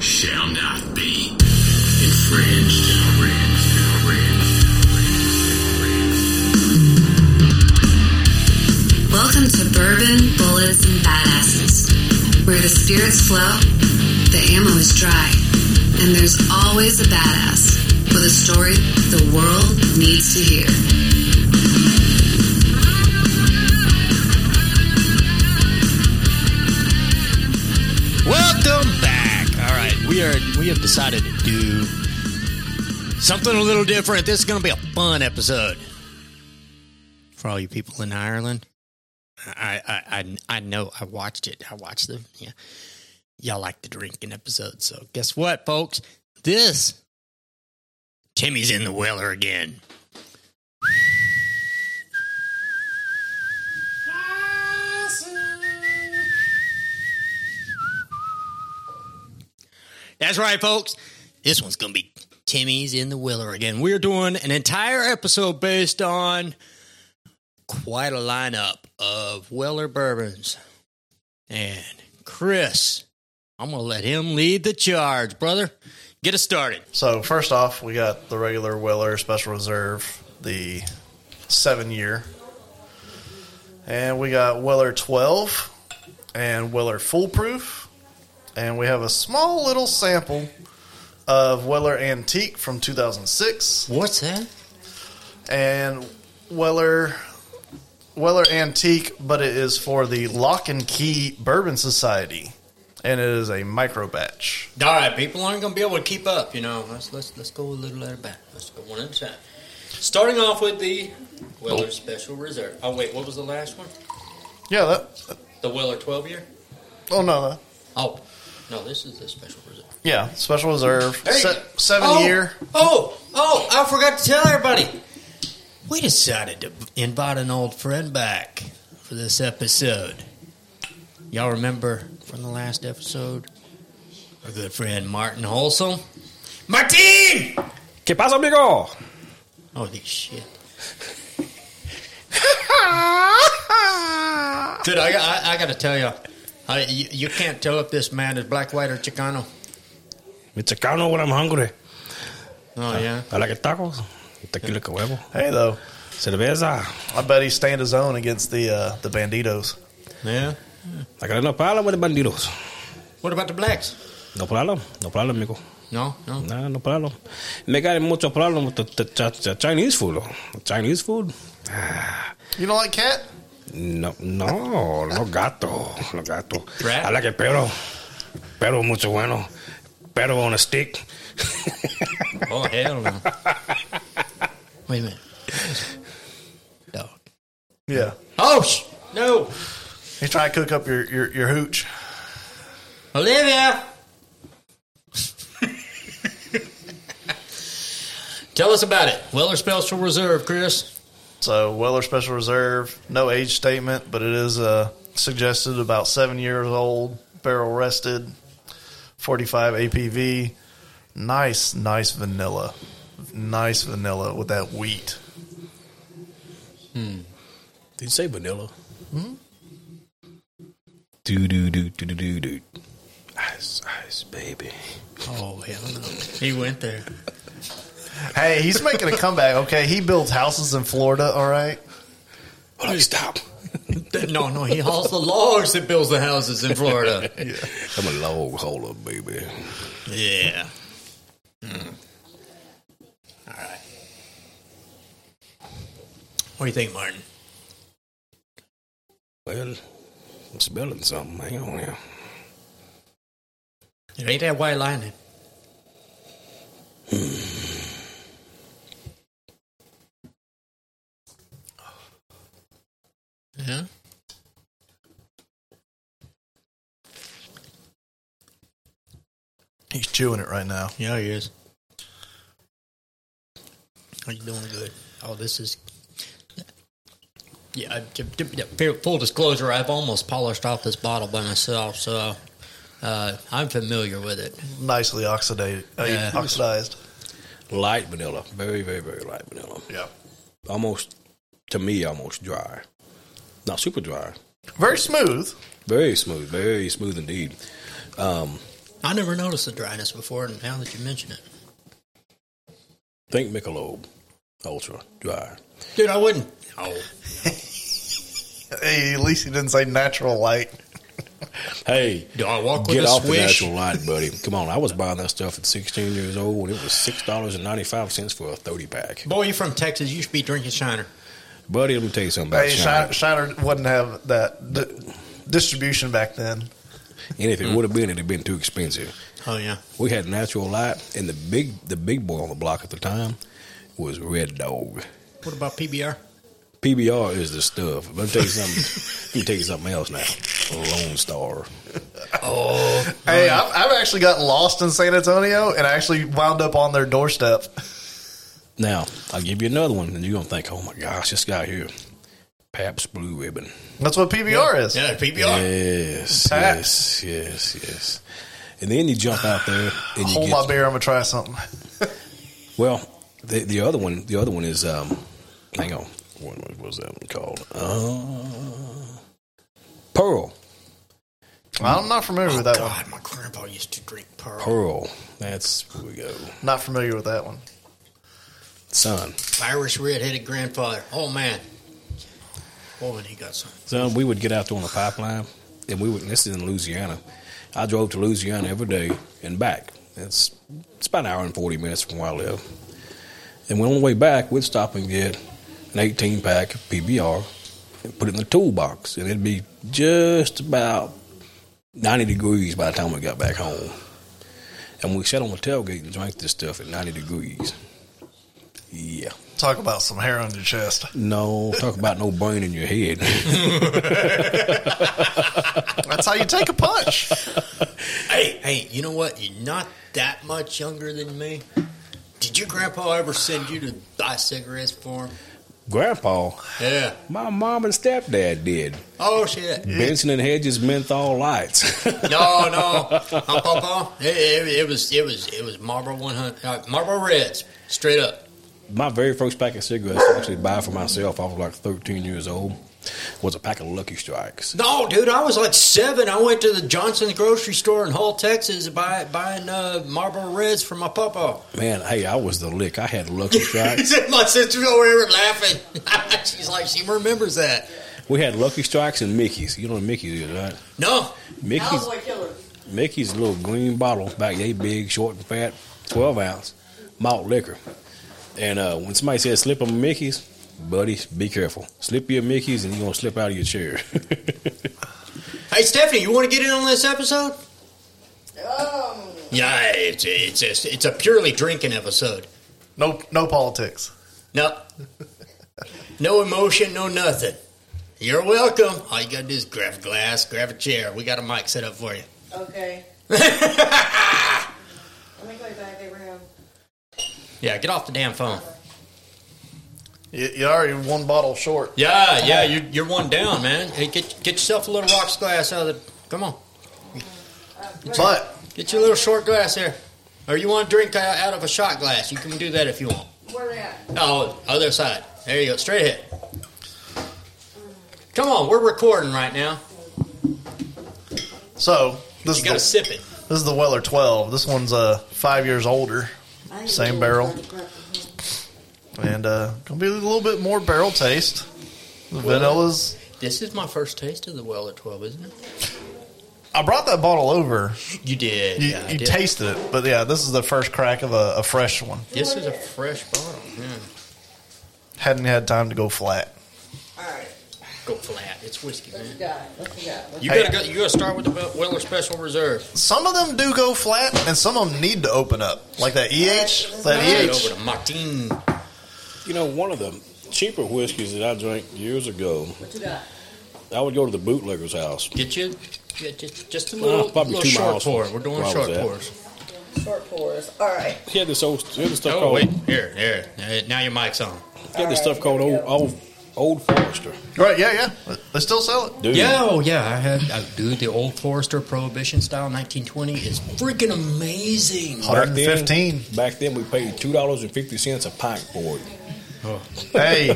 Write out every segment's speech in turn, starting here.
shall not be infringed. infringed, infringed. Welcome to Bourbon, Bullets, and Badasses, where the spirits flow, the ammo is dry, and there's always a badass with a story the world needs to hear. Welcome back. All right, we are we have decided to do something a little different. This is going to be a fun episode for all you people in Ireland. I I I, I know I watched it. I watched them. Yeah, y'all like the drinking episode. So guess what, folks? This Timmy's in the weller again. That's right, folks. This one's going to be Timmy's in the Willer again. We're doing an entire episode based on quite a lineup of Weller bourbons. And Chris, I'm going to let him lead the charge, brother. Get us started. So first off, we got the regular Weller Special Reserve, the seven year, and we got Weller twelve and Weller Foolproof, and we have a small little sample of Weller Antique from two thousand six What's that? and Weller Weller Antique, but it is for the Lock and Key Bourbon Society, and it is a micro batch. All right, people aren't going to be able to keep up, you know. Let's let's let's go a little at a back. Let's go one at a time. Starting off with the Weller Special Reserve. Oh wait, what was the last one? Yeah, that. The Weller 12 year? Oh no. That, Oh, no, this is the special reserve. yeah, special reserve, Hey. se- seven oh, year. Oh, oh, I forgot to tell everybody. We decided to invite an old friend back for this episode. Y'all remember from the last episode? Our good friend Martin Wholesome. Martin! ¿Qué pasa, amigo? Holy shit. Dude, I, I, I gotta tell ya, I, you, you can't tell if this man is black, white, or Chicano. It's a Chicano when I'm hungry. Oh, yeah. I like tacos, pues. tequila con huevo, Hey though, cerveza. I bet he stand his own against the uh, the banditos. Yeah. I got no problem with the pues, bandidos. What about the blacks? No problem, no problem, amigo. No, no. No, no problem. Me got mucho problem with the, the, Chi- the Chinese food. Chinese food? You don't like cat? No, no, no gato, no gato. Rat? I like it pero, pero mucho bueno, pero on a stick. Oh, hell no. Wait a minute. Dog. Yeah. Oh, sh- no. He's trying to cook up your, your, your hooch. Olivia! Tell us about it. Weller Special Reserve, Chris. So Weller Special Reserve, no age statement, but it is uh, suggested about seven years old, barrel rested, forty five APV, nice nice vanilla, nice vanilla with that wheat. Did you say vanilla? Do do do do do do do. Ice, ice, baby. Oh, hell no. He went there. Hey, he's making a comeback. Okay, he builds houses in Florida. All right. Hold on, stop. Oh, No, no, he hauls the logs that builds the houses in Florida. I'm a log hauler, baby. Yeah. Hmm. All right. What do you think, Martin? Well, I'm spelling something. Hang on here. It ain't that white lining. yeah. He's chewing it right now. Yeah, he is. Are you doing good? Oh, this is. Yeah, I- to- to- yeah, fair- full disclosure, I've almost polished off this bottle by myself, so uh, I'm familiar with it. Nicely oxidated, uh, Yeah. oxidized. Light vanilla, very, very, very light vanilla. Yeah. Almost, to me, almost dry. Not super dry. Very smooth. Very smooth. Very smooth indeed. Um, I never noticed the dryness before, and now that you mention it, Think Michelob Ultra Dry. dude, I wouldn't. Oh, Hey, at least he didn't say natural light. Hey, do I walk with get a off the swish? natural light, buddy. Come on, I was buying that stuff at 16 years old, and it was six dollars and ninety five cents for a 30 pack. Boy, you from Texas? You should be drinking Shiner. Buddy, let me tell you something about Hey, Shiner. Shiner, Shiner wouldn't have that d- distribution back then. And if it Mm. would have been, it'd have been too expensive. Oh yeah, We had natural light, and the big the big boy on the block at the time was Red Dog. What about PBR? PBR is the stuff. Let me tell you something. let me tell you something else now. Lone Star. Hey, I've, I've actually got lost in San Antonio and actually wound up on their doorstep. Now I'll give you another one, and you're gonna think, "Oh my gosh, this guy here, Pabst Blue Ribbon." That's what PBR is. Yeah, PBR. Yes, yes, yes, yes. And then you jump out there and you Hold get my beer. I'm gonna try something. well. The, the other one, the other one is um, hang on, what was- was that one called? Uh, Pearl, I'm not familiar with that one. Oh, God, my grandpa used to drink Pearl. Pearl. That's where we go. Not familiar with that one. Son, Irish redheaded grandfather. Oh man, boy, and he got some. son, we would get out there on the pipeline, and we would. and This is in Louisiana. I drove to Louisiana every day and back. It's it's about an hour and forty minutes from where I live. And when on the way back, we'd stop and get an 18 pack of PBR and put it in the toolbox. And it'd be just about 90 degrees by the time we got back home. And we sat on the tailgate and drank this stuff at 90 degrees. Yeah. Talk about some hair on your chest. No, talk about no brain in your head. That's how you take a punch. Hey, hey, you know what? You're not that much younger than me. Did your grandpa ever send you to buy cigarettes for him? Grandpa, Yeah. my mom and stepdad did. Oh shit. Benson and Hedges menthol lights. No, no. I'm Papa. It, it, it was, it was, it was Marlboro 100, uh, Marlboro Reds, straight up. my very first pack of cigarettes I actually buy for myself, I was like 13 years old, was a pack of Lucky Strikes. No, dude, I was like seven. I went to the Johnson's grocery store in Hull, Texas, buy, buying uh, Marlboro Reds for my papa. Man, hey, I was the lick. I had Lucky Strikes. my sister's over here laughing. She's like, she remembers that. we had Lucky Strikes and Mickey's. You know what Mickey's is, right? No, Mickey's Cowboy killer. Mickey's a little green bottle, back they big, short and fat, 12 ounce malt liquor. And uh, when somebody says slip them a Mickey's, buddy, be careful. Slip your Mickey's and you're going to slip out of your chair. Hey, Stephanie, you want to get in on this episode? Um, Yeah, it's it's it's, it's a purely drinking episode. No, no politics. No, no emotion, no nothing. You're welcome. All you gotta do is grab a glass, grab a chair. We got a mic set up for you. okay. Let me go back, Abraham. Yeah, get off the damn phone. You, you already one bottle short. Yeah, yeah, you're, you're one down, man. Hey, get get yourself a little rocks glass out of the. Come on, But get your little short glass there. Or you want to drink uh, out of a shot glass? You can do that if you want. Where they at? Oh, other side. There you go. Straight ahead. Come on, we're recording right now. so this You is gotta the, sip it. this is the Weller 12. This one's uh five years older Same barrel. and uh gonna be a little bit more barrel taste. The vanilla's. This is my first taste of the well at 12, isn't it? I brought that bottle over. You did. You, yeah, I you did. tasted it, but yeah, this is the first crack of a, a fresh one. This is a fresh bottle. Yeah. Hadn't had time to go flat. Alright, Go flat. It's whiskey, let's man. die. Let's die. Let's You Hey. gotta go. You gotta start with the Wel- Weller Special Reserve. Some of them do go flat, and some of them need to open up, like that EH. That Right. Get EH. over to Martin. you know, one of the cheaper whiskeys that I drank years ago, What you got? I would go to the bootlegger's house. Get you. Yeah, just, just a Well, little, probably little two short miles pour. from We're doing where I was short at. pours. Short pours. Alright. He had this old, he had this stuff Oh called, wait, here, here. Uh, Now your mic's on. he had this stuff called old, old, old Forester. Right? Yeah, yeah. They still sell it. Dude, Yeah, oh yeah, I had I, dude the old Forester Prohibition style 1920 is freaking amazing. Back then- 115. Back then, we paid two dollars and fifty cents a pint for it. Hey.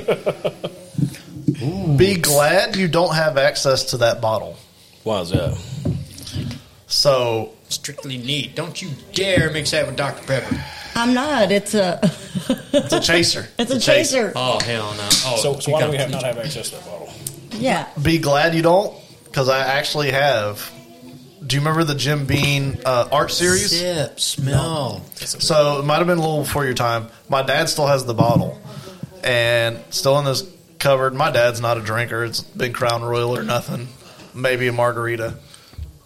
Be glad you don't have access to that bottle. Why is that? So Strictly neat. Don't you dare mix that with Dr. Pepper. I'm not. It's a. it's a chaser. It's a chaser. Oh, hell no. Oh, So, so you why do got- we have not have access to that bottle? Yeah. Be glad you don't, because I actually have. Do you remember the Jim Bean uh, art series? Sip, smell. So it might have been a little before your time. My dad still has the bottle, and still in this cupboard. My dad's not a drinker. It's been Crown Royal or nothing, maybe a margarita,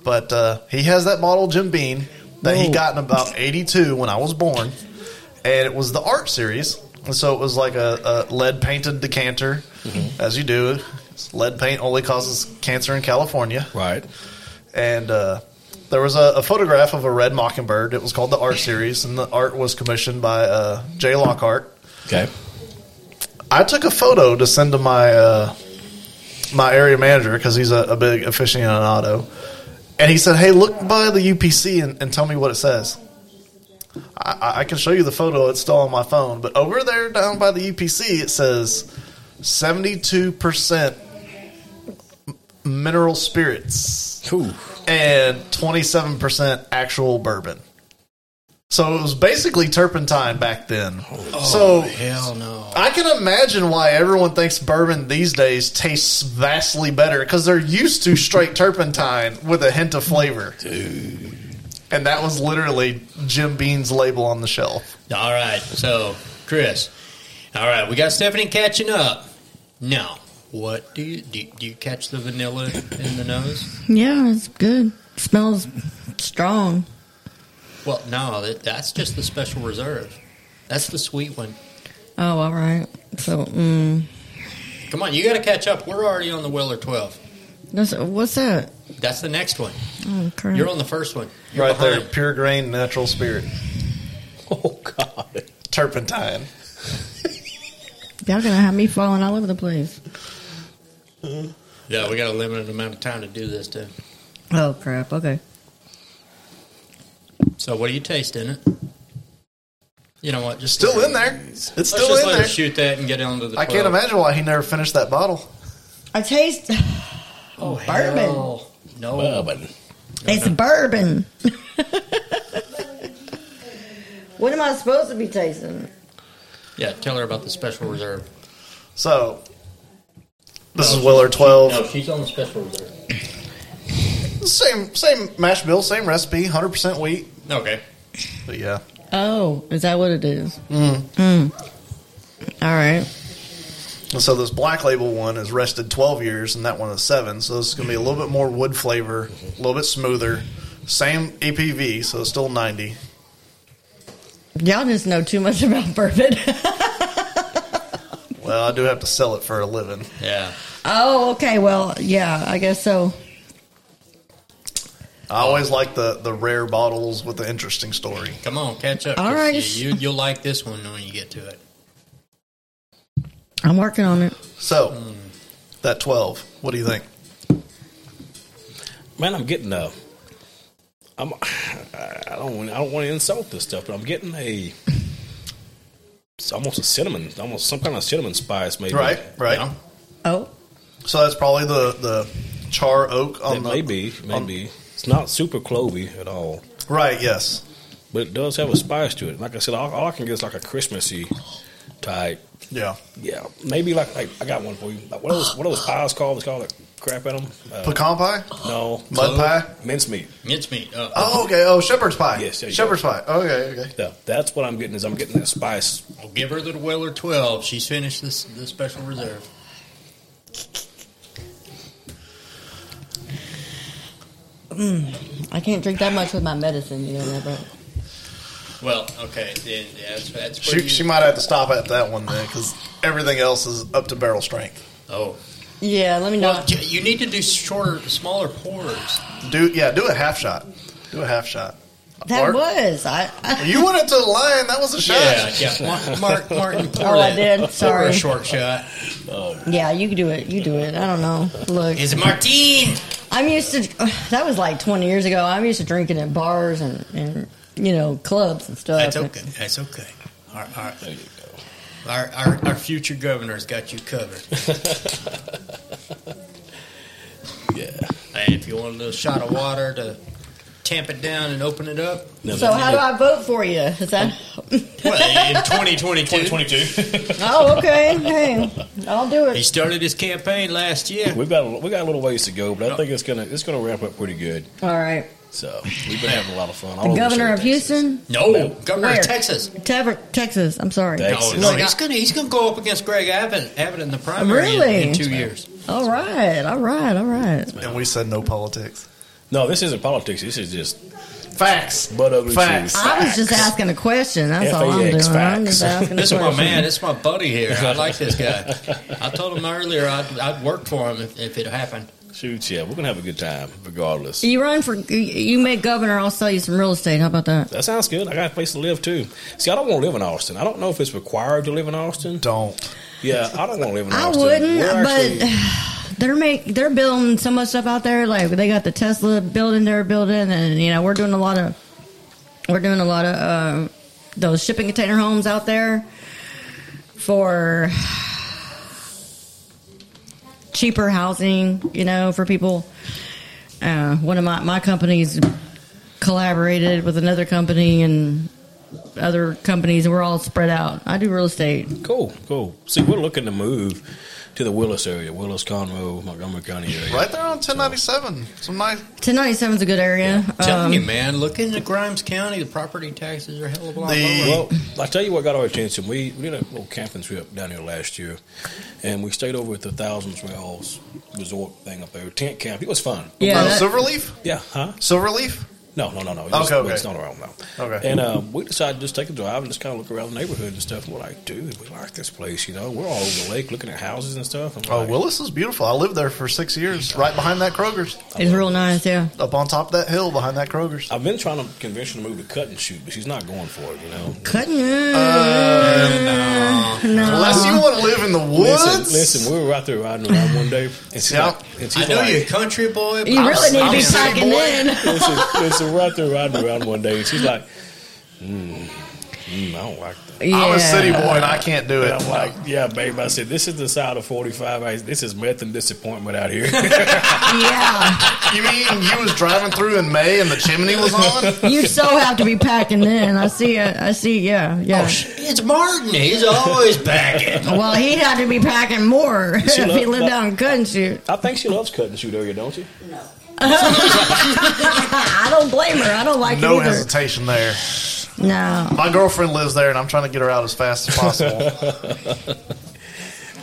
but uh, he has that bottle of Jim Bean that he Whoa. got in about '82 when I was born, and it was the art series. And so it was like a, a lead painted decanter, as you do. Lead paint only causes cancer in California Right. and uh, there was a, a photograph of a red mockingbird. It was called the art series, and the art was commissioned by uh, Jay Lockhart. Okay. I took a photo to send to my uh, my area manager because he's a, a big aficionado, and he said, "Hey, look by the UPC and, and tell me what it says." I, I- I can show you the photo; it's still on my phone. But over there, down by the UPC, it says seventy-two percent mineral spirits Cool. and 27% actual bourbon. So it was basically turpentine back then. so Hell no. I can imagine why everyone thinks bourbon these days tastes vastly better because they're used to straight turpentine with a hint of flavor. And that was literally Jim Bean's label on the shelf. All right. So, Chris. All right. We got Stephanie catching up. Now, what do you do? Do you catch the vanilla in the nose? Yeah, it's good. Smells strong. Well, no. That, that's just the special reserve. That's the sweet one. Oh, all right. So, mm, Come on, you got to catch up. We're already on the Weller 12. that's, what's that? That's the next one. Mm-hmm. Oh, crap. You're on the first one. You're Right behind. there, pure grain, natural spirit, Oh God. turpentine. Y'all gonna have me falling all over the place. Yeah, we got a limited amount of time to do this, too. Oh crap. Okay. So, what do you taste in it? You know what? Just Still in there. It's Let's still just in let there. her shoot that and get onto the. I can't 12. imagine why he never finished that bottle. I taste. Oh, Bourbon. hell. No. Bourbon. It's bourbon. what am I supposed to be tasting? Yeah, tell her about the special reserve. So, this is Weller 12. No, she's on the special reserve. Same same mash bill, same recipe, hundred percent wheat. Okay. But yeah, Oh, is that what it is? Mm. All right. and so this black label one is rested twelve years, and that one is seven. So this is going to be a little bit more wood flavor, a little bit smoother. Same APV, so it's still ninety. Y'all just know too much about bourbon. Well, I do have to sell it for a living. Yeah. oh, okay. Well, yeah, I guess so. I always like the the rare bottles with the interesting story. Come on, catch up. All Chris. right. You, you, will like this one when you get to it. I'm working on it. So that twelve, what do you think? Man, I'm getting a. I'm. I don't. want- I don't want to insult this stuff, but I'm getting a. It's almost a cinnamon, almost some kind of cinnamon spice, maybe. Right, right. Yeah. Oh, So that's probably the the char oak on It the may be, maybe. It's not super clovey at all, right. Yes, but it does have a spice to it. Like I said, all, all I can get is like a Christmassy type. yeah. Yeah, maybe like, like I got one for you. Like what are those what are those pies called? It's called like crap at them. Uh, Pecan pie, no, mud pie. mincemeat. Mincemeat. Oh, Oh, okay. Oh, shepherd's pie. Yes, there you shepherd's pie. Okay, okay. Yeah, that's what I'm getting. Is I'm getting that spice. I'll give her the Weller 12. She's finished this the special reserve. mm. I can't drink that much with my medicine. You know that, right? Well, okay. Then that's, that's where She, you- she might have to stop at that one then, because everything else is up to barrel strength. Oh. Yeah. Let me know. Well, j- you need to do shorter, smaller pours. Do yeah, do a half shot. Do a half shot. that Mark, was I. I You went into the line. That was a shot. Yeah, yeah. Mar- Mark, Martin, pour Oh, I that. did. Pour Sorry. a short shot. yeah, you can do it. You do it. I don't know. Look, Is it Martine? I'm used to. uh, that was like 20 years ago. I'm used to drinking at bars and, and you know clubs and stuff. That's okay. That's okay. Our, our, Our, our, our future governor's got you covered. Yeah, And if you want a little shot of water to tamp it down and open it up? No, So that- how do I vote for you? Is that? Well, in 2022. 2022. Oh, okay. Hey, I'll do He it. started his campaign last year. We've got a, we got a little ways to go, but I think it's gonna it's gonna wrap up pretty good. All right. So we've been having a lot of fun. All The over governor state of Houston, No, governor Where? of Texas. Tever- Texas. I'm sorry. Texas. No, no, Texas. he's gonna he's gonna go up against Greg Abbott, Abbott in the primary in- in, Really? two years. All right. All right. All right. And we said no politics. No, this isn't politics. This is just Facts. butt ugly Facts. truth. I was just asking a question. That's all I'm doing. FAX, I'm just facts. asking a This is my question. man. This is my buddy here. I like this guy. I told him earlier I'd, I'd work for him if, if it happened. Shoot, yeah, we're gonna have a good time regardless. You run for you- you make governor. I'll sell you some real estate. How about that? That sounds good. I got a place to live too. See, I don't want to live in Austin. I don't know if it's required to live in Austin. Don't. Yeah, I don't want to live in I Austin. wouldn't, We're actually- but they're make they're building so much stuff out there. Like they got the Tesla building they're building, and you know we're doing a lot of we're doing a lot of uh, those shipping container homes out there for cheaper housing. You know, for people. Uh, one of my my companies collaborated with another company and other companies, and we're all spread out. I do real estate. Cool, cool. See, we're looking to move to the Willis area, Willis, Conroe, Montgomery County area. Right there on 1097. Some nice. 1097 is a good area. I'm telling Um, you, man, look into Grimes County. The property taxes are a hell of a lot The- lower. Well, I tell you what got our attention. We, we did a little camping trip down here last year, and we stayed over at the Thousands Wells Resort thing up there, tent camp. It was fun. Yeah, oh, that- Silverleaf? Yeah, huh? Silverleaf? No, no, no, no. It Okay, was, okay. It's not around now. Okay. And uh, we decided to just take a drive and just kind of look around the neighborhood and stuff. And we're like, dude, we like this place. You know, we're all over the lake looking at houses and stuff. And we're Oh, like, Willis is beautiful. I lived there for six years, right behind that Kroger's. It's real nice, yeah. Up on top of that hill behind that Kroger's. I've been trying to convince her to move to cut and shoot, but she's not going for it. You know. Cutting. Uh, Unless you want to live in the woods. Listen, listen, we were out there riding around one day, and she's Yeah. like, and she's I know like, you're a country boy. but you I'm- really need to I'm be saying, packing boy, in. listen, listen, we're out there riding around one day, and she's like, mm, mm, I don't like that. Yeah. I'm a city boy and I can't do it. And I'm like, yeah, babe. I said, this is the side of 45. I, this is meth and disappointment out here. Yeah. You mean you was driving through in May and the chimney was on? You so have to be packing in. I see it. I see. Yeah. Oh, Yeah. It's Martin. He's always packing. well, he'd have to be packing more if She he loved lived that- out in Cut and Shoot. I think she loves cut and shoot area, don't you? I don't blame her. I don't like No it either. hesitation there. No. My girlfriend lives there and I'm trying to get her out as fast as possible.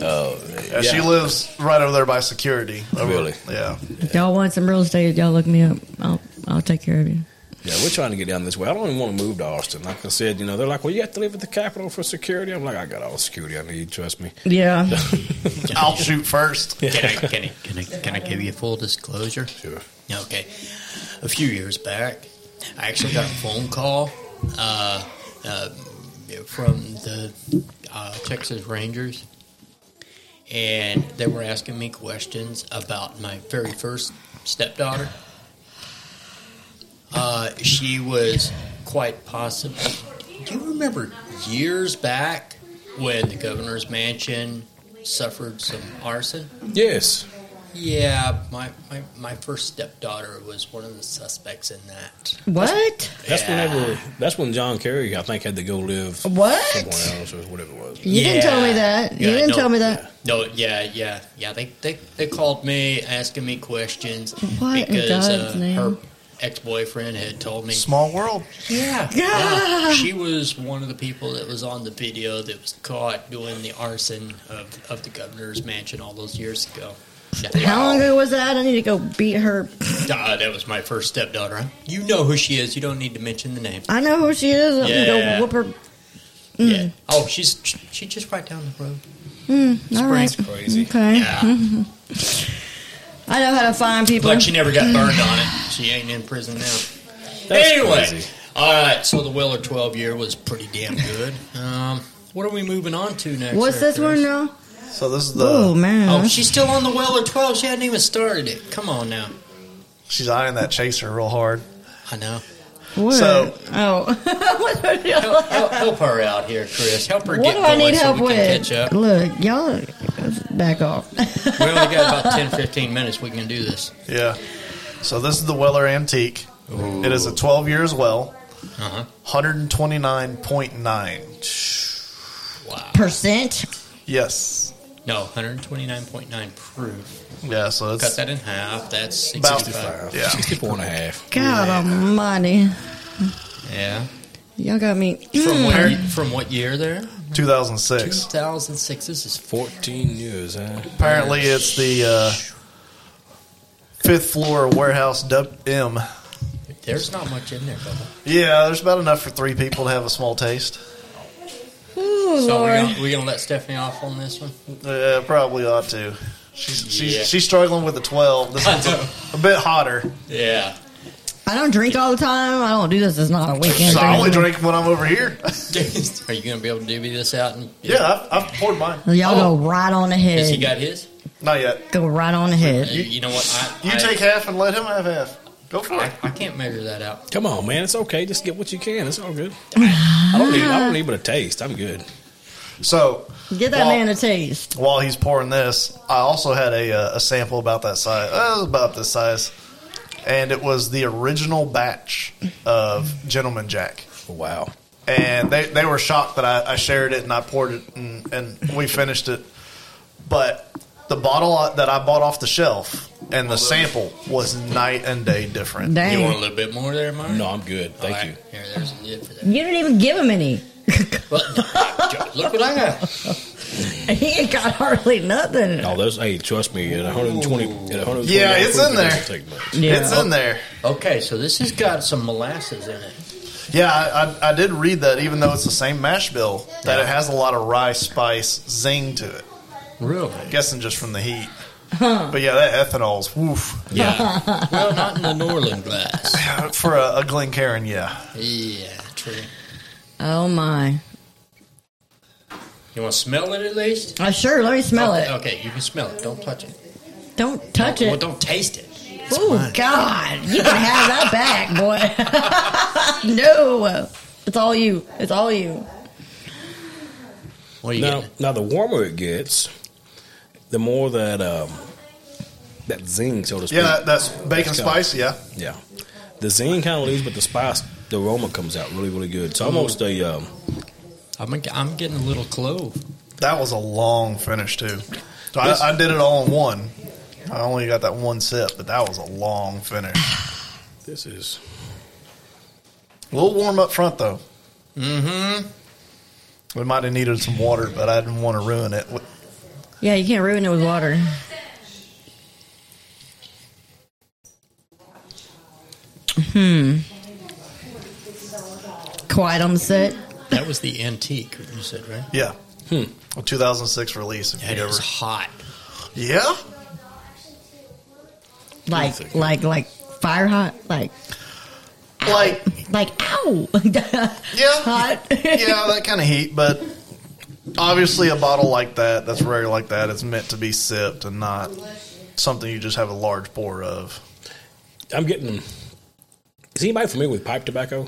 oh, She Oh, yeah. lives right over there by security. Over- Really? Yeah. If y'all want some real estate, y'all look me up. I'll, I'll take care of you. Yeah, we're trying to get down this way. I don't even want to move to Austin. Like I said, you know, they're like, well, you have to live at the Capitol for security. I'm like, I got all the security I need. Trust me. Yeah. I'll shoot first. Can I, can, I, can, I, can I give you full disclosure? Sure. Okay. A few years back, I actually got a phone call uh, uh, from the uh, Texas Rangers, and they were asking me questions about my very first stepdaughter. Uh, she was quite possibly. Do you remember years back when the governor's mansion suffered some arson? Yes. Yeah, my, my, my first stepdaughter was one of the suspects in that. what? That's Yeah. whenever. That's when John Kerry, I think, had to go live What? somewhere else or whatever it was. You didn't tell me that. You Yeah, didn't no, tell me that. No, yeah, yeah, yeah. They, they, they called me asking me questions What in because God's uh, name? her ex boyfriend had told me. Small world. Yeah, Yeah. yeah. She was one of the people that was on the video that was caught doing the arson of, of the governor's mansion all those years ago. Yeah. How long ago was that? I need to go beat her. Uh, that was my first stepdaughter. huh? You know who she is. You don't need to mention the name. I know who she is. I'm Yeah. gonna go whoop her. Yeah. Mm. Oh, she's she just right down the road. Hmm, All right. crazy. Okay. Hmm. Yeah. I know how to find people. Like she never got burned on it. Mm. She ain't in prison now. That's anyway, crazy. all right. So the Weller twelve year was pretty damn good. Um, what are we moving on to next? What's there, this one Chris? now? So this is the. Oh man. Uh, Oh, she's still on the Weller twelve. She hadn't even started it. Come on now. She's eyeing that chaser real hard. I know. what? so- oh. Help, help, help her out here, Chris. Help her what get do I going need so help we can with? catch up. Look, y'all, back off. We only got about 10, 15 minutes. We can do this. Yeah. So this is the Weller Antique. It is a 12 year as well. Uh-huh. 129.9. Percent. Yes. No, 129.9 proof. Yeah, so Cut it's that in half. That's 65. about Yeah. 64 and a half. God Almighty, Yeah. y'all got me. Hmm. From what, ye- from what year there? 2006. 2006. This is 14 years, huh? Apparently, it's the uh, fifth floor warehouse dub- M. There's not much in there, Bubba. Yeah, there's about enough for three people to have a small taste. Ooh, So we're Lord. gonna, we gonna let Stephanie off on this one. Yeah, probably ought to. She's, Yeah. she's, she's struggling with the 12. This one's a, a bit hotter. Yeah. I don't drink all the time. I don't do this. It's not a weekend. So I only thing. drink when I'm over here. Are you gonna be able to divvy this out? And, Yeah, I've, I've poured mine. Y'all go right on Has he ahead. Oh. got his? Not yet. go right on ahead. You, you know what? I, You I, take half and let him have half. Go for I, it. I can't measure that out. Come on, man. It's okay. Just get what you can. It's all good. I don't need, I don't need but a taste. I'm good. So Give that Well- man a taste. while he's pouring this, I also had a, uh, a sample about that size. Uh, it was about this size, and it was the original batch of Gentleman Jack. Wow. And they, they were shocked that I, I shared it and I poured it and, and we finished it. But the bottle I- that I bought off the shelf and the sample was night and day different. Dang. You want a little bit more there, Mark? No, I'm good. Thank you. Here, there's a lid for that. You didn't even give him any. But look what I got. He ain't got hardly nothing. No, those. Hey, trust me. At 120. At 120 Yeah, it's in there. doesn't take much. Yeah. It's in there. Okay, so this has got some molasses in it. Yeah, I, I, I did read that even though it's the same mash bill, that it has a lot of rye spice zing to it. Really? guessing just from the heat. But yeah, that ethanol's woof. Yeah. well, not in the Norland glass. For a, a Glencairn, yeah. Yeah, true. Oh my! You want to smell it at least? Uh, sure, let me smell okay, it. Okay, you can smell it. Don't touch it. Don't touch Well, it. don't taste it. Oh God! You can have that back, boy. no, it's all you. It's all you. What are you Now, getting? now, the warmer it gets, the more that um, that zing, so to speak. Yeah, that, that's bacon It's got- spice, yeah. Yeah, the zing kind of leaves, but the spice, the aroma comes out really, really good. It's Mm-hmm. almost a um, I'm, I'm getting a little clove. That was a long finish, too. So I, I did it all in one. I only got that one sip, but that was a long finish. this is A little warm up front, though. Mm hmm. We might have needed some water, but I didn't want to ruin it. What- Yeah, you can't ruin it with water. Hmm. Quiet on the set. That was the antique, you said, right? Yeah. Hmm. A 2006 release, if That you is ever. hot. Yeah? Like, like, like fire hot. Like, Like, like, ow! yeah. hot. yeah, that kind of heat, but obviously a bottle like that, that's rare like that, it's meant to be sipped and not something you just have a large pour of. I'm getting. Is anybody familiar with pipe tobacco?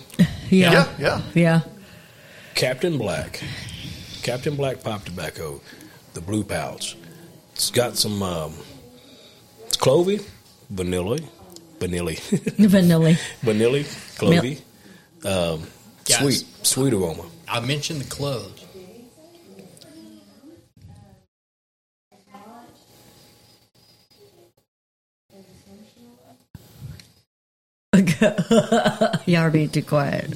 Yeah, yeah. yeah. Yeah. Captain Black, Captain Black pipe tobacco, the blue pouch. It's got some um, it's clovey, vanilla, vanilla, Vanilla. vanilla, clovey, um, Yes. sweet, sweet aroma. I mentioned the cloves. Y'all are being too quiet.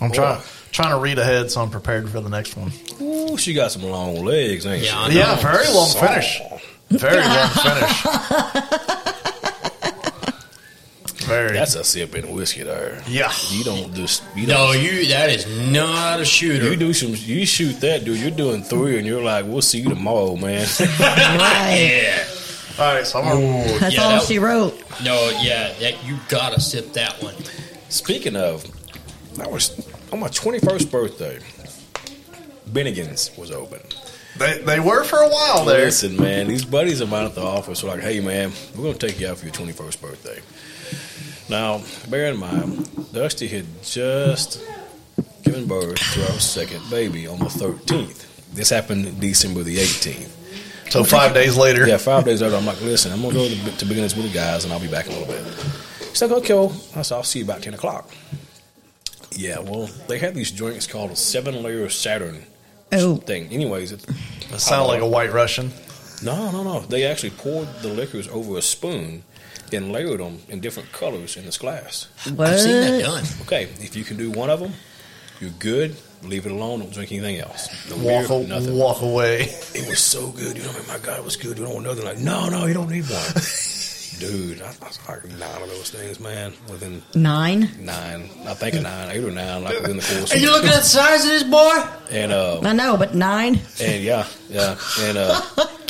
I'm trying trying to read ahead so I'm prepared for the next one. Ooh, she got some long legs, ain't Yeah, I she? know. Yeah, very long Saw. finish. Very long finish. Very. That's a sip in whiskey there. yeah. You don't just you No, don't. you. That is not a shooter. you do some. You shoot that, dude. You're doing three, and you're like, "We'll see you tomorrow, man." Right. All right, so I'm gonna, That's Yeah, all that- she wrote. No, yeah, that you gotta sip that one. Speaking of, that was on my 21st birthday. Bennigan's was open. they they were for a while there. Listen, man, these buddies of mine at the office were like, hey, man, we're going to take you out for your 21st birthday. Now, bear in mind, Dusty had just given birth to our second baby on the 13th. This happened December the 18th. So five days later, Yeah, five days later, I'm like, listen, I'm gonna go to, to beginners with the guys, and I'll be back in a little bit. He's like, okay, well, I said, I'll see you about ten o'clock. Yeah, well, they had these drinks called a seven layer Saturn Oh. thing. Anyways, it, it sounded like a white Russian. no, no, no. They actually poured the liquors over a spoon and layered them in different colors in this glass. What? I've seen that Uh, done. Okay, if you can do one of them, you're good. Leave it alone. Don't drink anything else. No Walk, beer, a- nothing. walk away. It was so good. You know, my God, it was good. You don't want another. Like, no, no, you don't need one. Dude, I, I was like nine of those things, man. Within Nine? nine, I think a nine, eight or nine, like within the course. Are you looking at the size of this boy? And uh, I know, but nine? and yeah, yeah, and uh,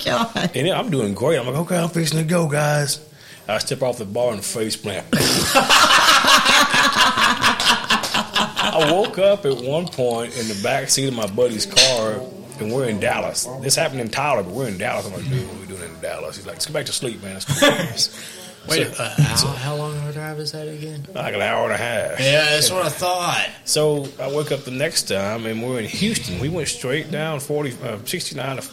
God. and yeah, I'm doing great. I'm like, okay, I'm fixing to go, guys. I step off the bar and face plant. I woke up at one point in the back seat of my buddy's car, and we're in Dallas. This happened in Tyler, but we're in Dallas. I'm like, dude, what are we doing in Dallas? He's like, let's go back to sleep, man. Let's go. Wait, uh, how, how long of a drive is that again? like an hour and a half. Yeah, that's what I thought. So I woke up the next time, and we're in Houston. We went straight down 40, uh, 69 to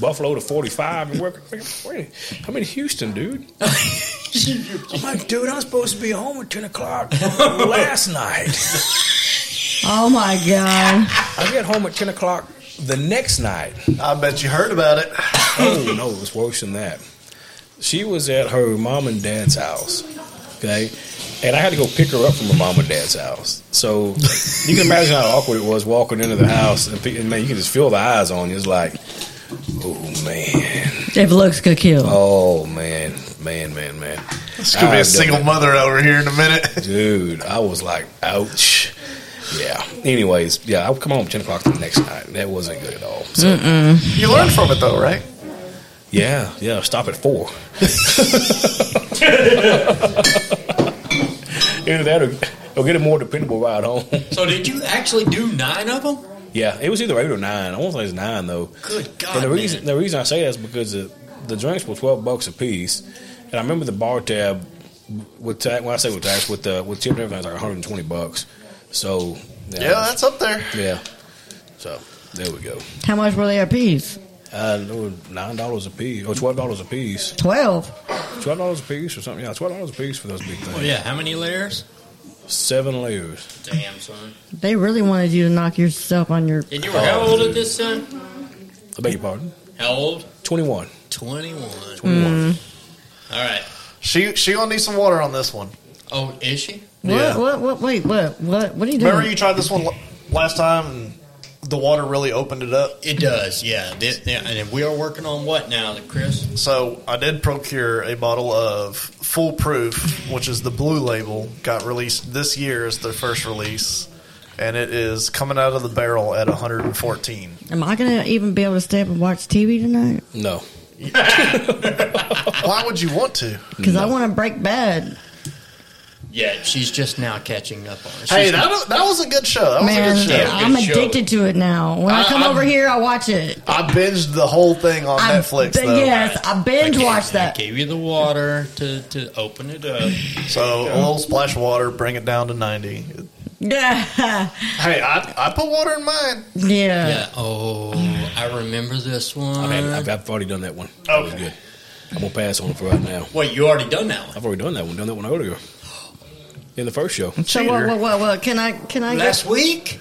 Buffalo to 45, and we're, wait, I'm in Houston, dude. I'm like, dude, I'm supposed to be home at 10 o'clock last night. Oh my God. I get home at 10 o'clock the next night. I bet you heard about it. Oh, no, it was worse than that. She was at her mom and dad's house, okay? And I had to go pick her up from her mom and dad's house. So you can imagine how awkward it was walking into the house, and, pe- and man, you can just feel the eyes on you. It's like, oh, man. If looks could kill. Oh, man. Man, man, man. It's gonna be a I've done single it. mother over here in a minute. Dude, I was like, ouch. Yeah. Anyways, yeah, I'll come home at 10 o'clock the next night. That wasn't good at all. So, You learned from it though, right? yeah, yeah, stop at four. Either that or, or get a more dependable ride home. So did you actually do nine of them? yeah, it was either eight or nine. I won't say it's nine, though. Good God, And the reason man. the reason I say that is because the, the drinks were twelve bucks a piece, and I remember the bar tab with tax. When I say with tax, with uh, with tip and everything, it was like one hundred and twenty bucks. So Yeah, that's up there. yeah. So there we go. How much were they a piece? Uh, they were nine dollars a piece or twelve dollars a piece, Twelve. twelve dollars a piece or something. Yeah, twelve dollars a piece for those big things. Oh yeah, how many layers? Seven layers. Damn, son. They really wanted you to knock yourself on your. And you were how old at this time? I beg your pardon. How old? Twenty one. 21. All Twenty one. right. She she gonna need some water on this one. Oh, is she? What? Yeah. What? What? Wait. What? What? What are you doing? Remember you tried this one l- last time and the water really opened it up. It does, yeah. This, yeah. And we are working on what now, Chris? So I did procure a bottle of Foolproof, which is the blue label, got released this year as their first release, and it is coming out of the barrel at 114. Am I gonna even be able to stay up and watch TV tonight? No. Why would you want to? Because I want to break bad. Yeah, she's just now catching up on us. Hey, She's- that, that was a good show. That was Man, a good show. Yeah. I'm Good show. addicted to it now. When I, I- come I'm- over here, I watch it. I binged the whole thing on I- Netflix, th- though. Yes, I binge watched I that. gave you the water to, to open it up. So a little splash of water, bring it down to 90. Yeah. Hey, I, I put water in mine. yeah. Yeah. Oh, I uh, remember this one. I've, had, I've, I've already done that one. That was Okay. good. I'm gonna pass on it for right now. Wait, you already done that one I've already done that one. Done that one earlier. In the first show. So what? What? What? What? Can I? Can I? last Get, week?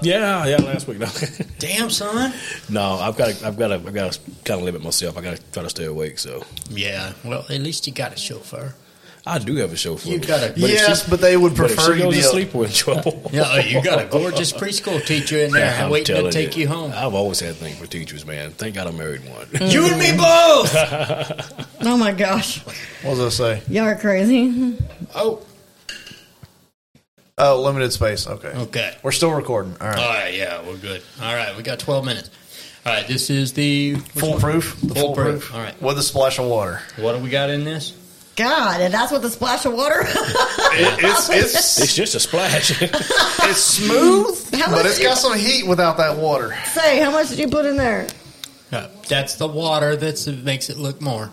Yeah, yeah, last week. No, Damn, son. no I've got, to, I've got, to, I've got to kind of limit myself. I got to try to stay awake. So Yeah. Well, at least you got a chauffeur. I do have a show for You it. got a But if yes, she- but they would But if prefer she you goes be to up- sleep, we're in trouble. Yeah, oh, you got a gorgeous preschool teacher in there I'm waiting to telling take you, home. I've always had a thing for teachers, man. Thank God I married one. You and me both. oh my gosh, What does I say? y'all are crazy. oh, Oh, limited space. Okay. okay. Uh, We're still recording. All right. All right, yeah, we're good. All right, we got 12 minutes. All right, this is the which one? foolproof. The Foolproof. foolproof. All right. With a splash of water. What do we got in this? God, and that's what the splash of water. It, it's It's it's just a splash. it's smooth, How much but it's you- got some heat without that water. Say, how much did you put in there? Uh, that's the water that's, that makes it look more.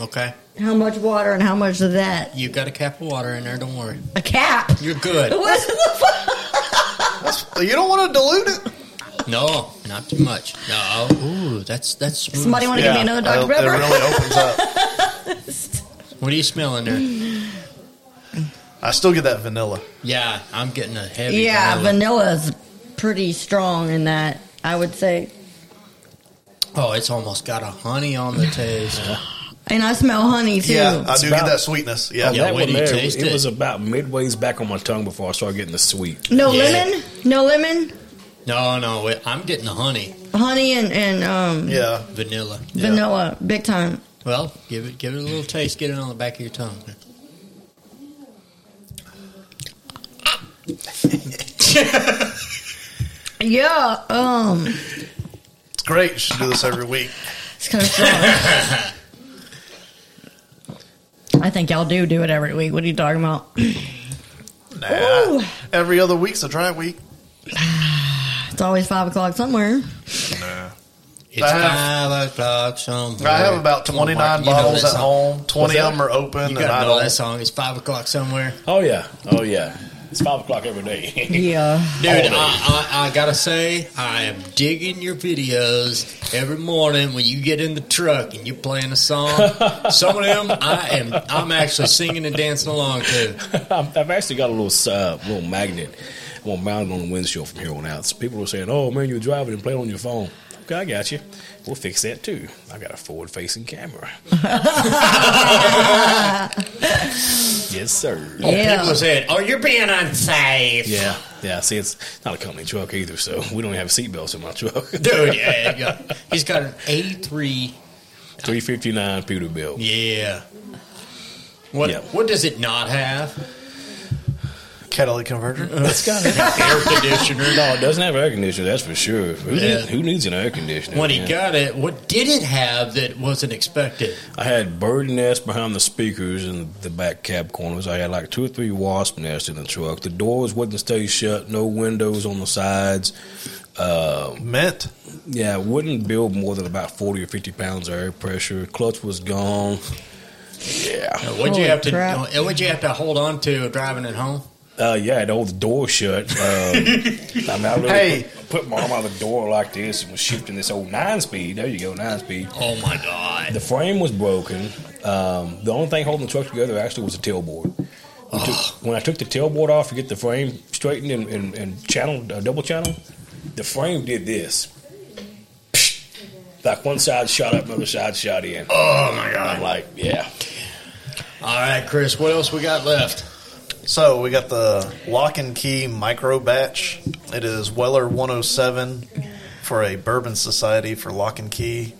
Okay, How much water and how much of that? you got a cap of water in there. Don't worry, A cap. you're good. What the fuck? That's, you don't want to dilute it. No, not too much. No. Ooh, that's that's smooth. Somebody want to give me another I- Dr. Pepper? uh, It really opens up. What are you smelling there? I still get that vanilla. Yeah, I'm getting a heavy. yeah, vanilla. vanilla's pretty strong in that, I would say. Oh, it's almost got a honey on the taste. And I smell honey too. Yeah, I It's do about- get that sweetness. Yeah, On Yeah, that when one you there, taste it, it. was about midway's back on my tongue before I started getting the sweet. no Yeah. lemon, no lemon, No, no, it, I'm getting the honey honey and and um, yeah. vanilla. vanilla, big time. Well, give it give it a little taste. Get it on the back of your tongue. Yeah, um, It's great. You should do this every week. it's kind of strong. I think y'all do do it every week. What are you talking about? Nah, Ooh. every other week's a dry week. It's always five o'clock somewhere. It's I have- five o'clock somewhere. I have about Come on, twenty nine Mark, you know bottles that at song. home. Twenty What's of them are open, You and I gotta know don't. that song. It's five o'clock somewhere. Oh yeah, oh yeah. It's five o'clock every day. Yeah. Dude, I, I, I gotta say, I am digging your videos every morning when you get in the truck and you're playing a song. Some of them, I am, I'm actually singing and dancing along to. I've I've actually got a little uh, little magnet. I'm gonna mount it on the windshield from here on out. So people are saying, "Oh man, you're driving and playing on your phone." Okay, I got you. We'll fix that too. I got a forward-facing camera. yes, sir. Yeah. People are saying, "Oh, you're being unsafe." Yeah, yeah. See, it's not a company truck either, so we don't have seatbelts in my truck. dude. Yeah, yeah. he's got an A3. Three fifty-nine Peterbilt. Yeah. What Yeah. What does it not have? catalytic converter. It's got it. Air conditioner. No, it doesn't have air conditioner. That's for sure. Who, Yeah. needs, who needs an air conditioner? When he man? got it, what did it have that wasn't expected? I had bird nests behind the speakers in the back cab corners. I had like two or three wasp nests in the truck. The doors wouldn't stay shut. No windows on the sides. Mint. Yeah, it wouldn't build more than about forty or fifty pounds of air pressure. Clutch was gone. Yeah. What'd you Holy have to? crap. What'd you have to hold on to driving it home? Uh, yeah, I had to hold the door shut. Um, I mean, I really Hey. put, put my arm out the door like this and was shifting this old nine speed. There you go, nine speed. Oh my god! The frame was broken. Um, the only thing holding the truck together actually was the tailboard. We took- when I took the tailboard off to get the frame straightened and, and, and channeled, uh, double channel, the frame did this. Like one side shot up, another side shot in. Oh my I'm god! like, yeah. All right, Chris. What else we got left? So we got the lock and key micro batch. It is Weller 107 for a bourbon society for lock and key.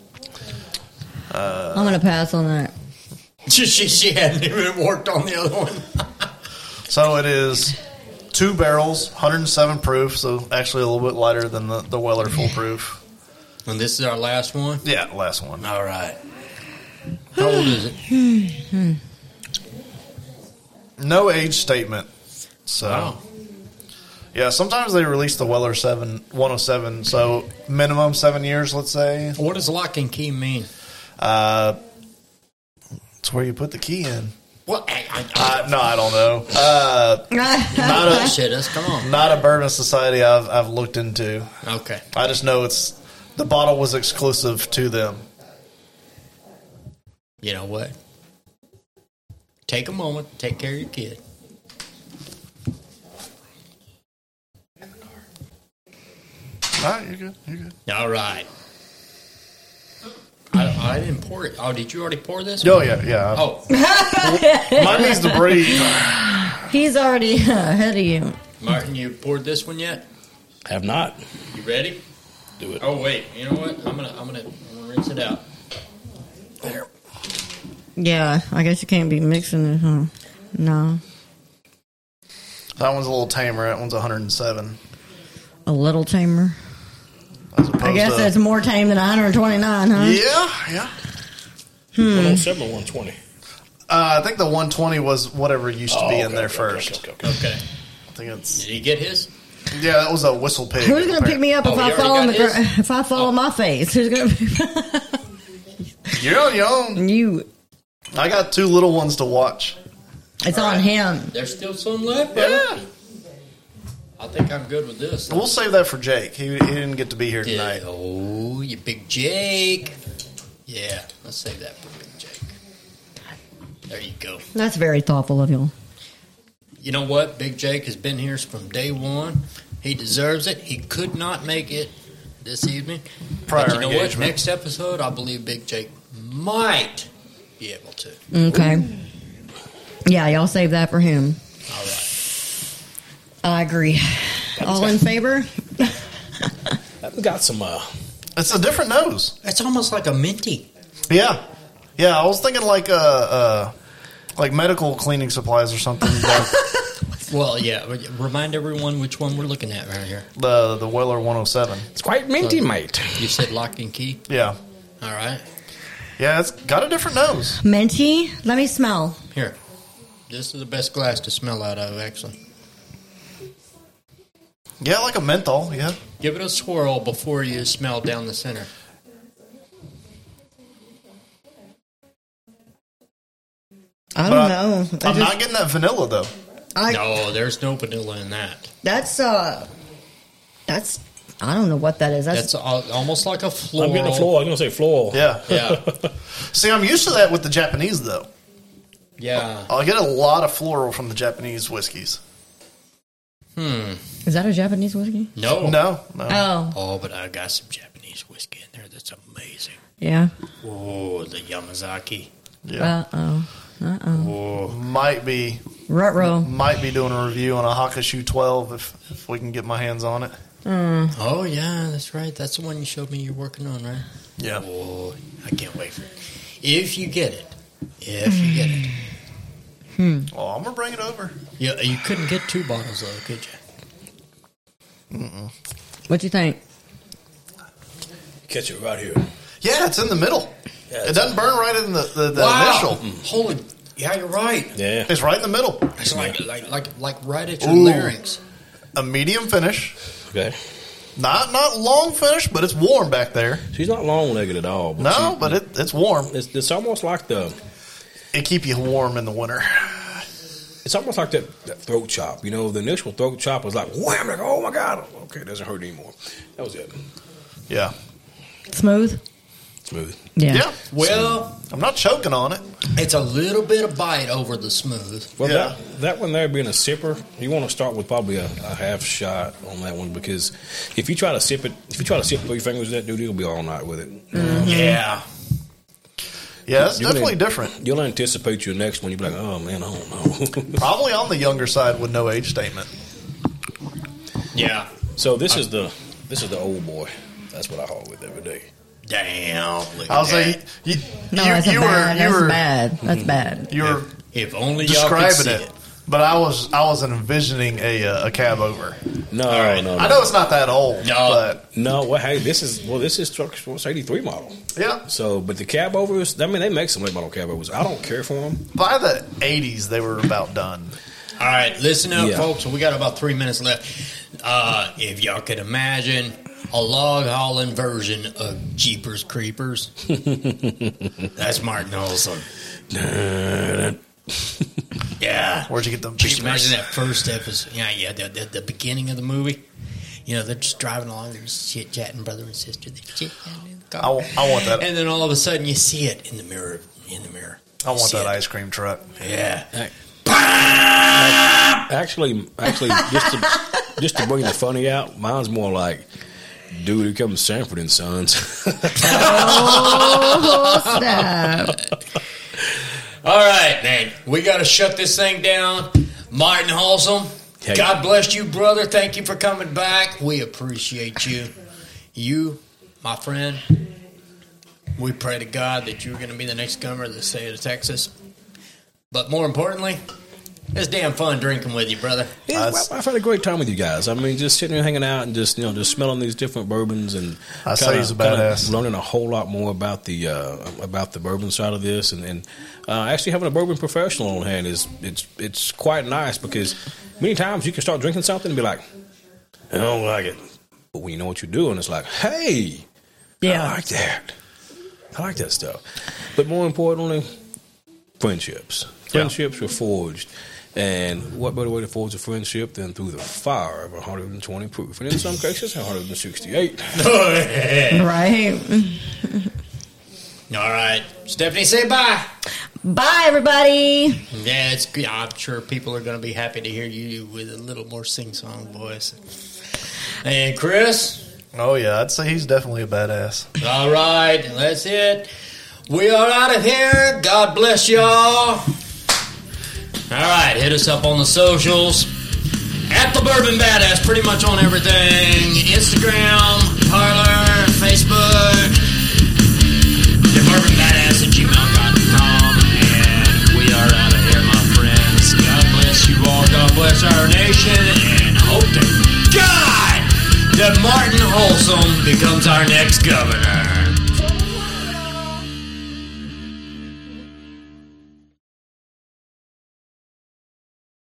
I'm going to pass on that. She, she, she hadn't even worked on the other one. So it is two barrels, 107 proof. So actually a little bit lighter than the, the Weller full proof. And this is our last one. Yeah, last one. All right. How old is it? No age statement. So Wow. yeah, sometimes they release the Weller 7 107. So minimum seven years, let's say. What does lock and key mean? Uh, it's where you put the key in. Well, I, I, Uh, no, I don't know. Uh, I not a bullshit us. Come on. not a bourbon society I've I've looked into. Okay. I just know it's the bottle was exclusive to them. You know what? Take a moment. Take care of your kid. All right, you're good. You're good. All right. I, I didn't pour it. Oh, did you already pour this? Oh yeah, yeah. Oh, Mine needs to breathe. He's already ahead of you. Martin, you poured this one yet? Have not. You ready? Do it. Oh wait. You know what? I'm gonna I'm gonna, I'm gonna rinse it out. There. Yeah, I guess you can't be mixing it, huh? No. That one's a little tamer. That one's 107. A little tamer. As opposed I guess to, that's more tame than 129, huh? yeah, yeah. 107 or 120? Uh, I think the 120 was whatever used to be in there first. Okay. I think Did it's he get his? yeah. That was a whistle pig. Who's gonna pick me up if Oh, I you already fall on the got gr- his? if I fall on my face? Who's gonna pick You're on your own. you? I got two little ones to watch. It's on him. There's still some left. Yeah. I think I'm good with this. We'll save that for Jake. He, he didn't get to be here Yeah. tonight. Oh, you big Jake. Yeah, let's save that for big Jake. There you go. That's very thoughtful of y'all. You know what? Big Jake has been here from day one. He deserves it. He could not make it this evening. Prior but you know what? engagement. Next episode, I believe Big Jake might be able to. Okay. Yeah, y'all save that for him. All right. I agree. All in favor? I've got some. Uh, It's a different nose. It's almost like a minty. Yeah, yeah. I was thinking like uh, uh like medical cleaning supplies or something. the Well, yeah. but Remind everyone which one we're looking at right here. the, oh the Weller 107. it's quite minty, mate. You said lock and key. Yeah, All right. yeah. It's got a different nose. Minty? Let me smell. Here. This is the best glass to smell out of, actually. Yeah, like a menthol. Yeah. Give it a swirl before you smell down the center. But I don't know. I I'm just- not getting that vanilla though. I- No, there's no vanilla in that. That's, uh, that's, I don't know what that is. That's, That's al- almost like a floral. I'm getting a floral. I'm gonna say floral. Yeah. Yeah, See, I'm used to that with the Japanese though. yeah. I get a lot of floral from the Japanese whiskeys. is that a Japanese whiskey? No. No, no. Oh, Oh, but I got some Japanese whiskey in there that's amazing. yeah. Oh, the Yamazaki. Uh. Yeah. Uh-oh. might be Rut row. might be doing a review on a Hakushu 12 if if we can get my hands on it. Oh, yeah, that's right. That's the one you showed me you're working on, right? Yeah. Oh, I can't wait for it. If you get it. If you get it. Oh, I'm gonna bring it over. Yeah, you couldn't get two bottles, though, could you? What you think? Catch it right here. Yeah, it's in the middle. Yeah, It doesn't burn right in the, the, the initial. Hmm. Holy. Yeah, you're right. Yeah. It's right in the middle. It's like, like, like, like right at your Ooh. larynx. A medium finish. Okay. Not not long finish, but it's warm back there. She's not long legged at all. But No, but it, it's warm. she- it's, it's almost like the It keep you warm in the winter. it's almost like that, that throat chop. You know, the initial throat chop was like wham, like oh my god, okay, it doesn't hurt anymore. That was it. Yeah. Smooth? Smooth. Yeah. Yeah. Well, I'm not choking on it. it's a little bit of bite over the smooth. Well, Yeah. that, that one there being a sipper, you want to start with probably a, a half shot on that one because if you try to sip it, if you try to sip three fingers of that dude, you'll be all night with it. Mm-hmm. Yeah. Yeah, it's You're gonna- definitely different. You'll anticipate your next one. You'll be like, oh man, I don't know. Probably on the younger side with no age statement. Yeah. so this is the this is the old boy. That's what I haul with every day. Damn. look I was at that. like, you, No, you, that's you a were bad. you that's were Mm-hmm. bad. That's bad. you were If only y'all could describing see it, but I was I was envisioning a uh, a cab over. No, no, no, I know it's not that old, No. but no. Well, hey, this is well, this is truck sports eighty three model. yeah, So, but the cab overs, I mean, they make some late model cab overs. I don't care for them. by the '80s they were about done. All right, listen up, Yeah. folks. We got about three minutes left. Uh, if y'all could imagine a log hauling version of Jeepers Creepers, that's Martin Olson. yeah. Where'd you get them? Just cheapers? imagine that first episode. Yeah, yeah, the, the, the beginning of the movie. You know, they're just driving along, they're chit chatting, brother and sister. They chit chatting. I, wa- I want that. And then all of a sudden, you see it in the mirror. In the mirror. I want See that it. ice cream truck. Yeah. Actually, actually, just to, just to bring the funny out, mine's more like, dude, here comes Sanford and Sons. Oh, snap. All right, man. We got to shut this thing down. Martin Halsum, Hey. God bless you, brother. Thank you for coming back. We appreciate you. You, my friend, we pray to God that you're going to be the next comer to the state of Texas. But more importantly, it's damn fun drinking with you, brother. yeah, Us. I, I've had a great time with you guys. I mean, just sitting here hanging out and just you know just smelling these different bourbons and I say kinda- he's a kinda badass. Learning a whole lot more about the uh, about the bourbon side of this, and, and uh, actually having a bourbon professional on hand is it's it's quite nice because many times you can start drinking something and be like, I don't like it, but when you know what you're doing, it's like, hey, I Yeah. like that. I like that stuff. But more importantly, friendships. Friendships were forged And what better way to forge a friendship than through the fire of 120 proof? And in some cases, 168. Right. All right, Stephanie, say bye. Bye, everybody. Yeah, it's good. I'm sure people are going to be happy to hear you with a little more sing song voice. And Chris, Oh yeah, I'd say he's definitely a badass. all right, that's it. We are out of here. God bless y'all. All right, hit us up on the socials at the Bourbon Badass, pretty much on everything Instagram, Parlor, Facebook. The Bourbon Badass at gmail.com. And we are out of here, my friends. God bless you all. God bless our nation. And hope to God that Martin Holsom becomes our next governor.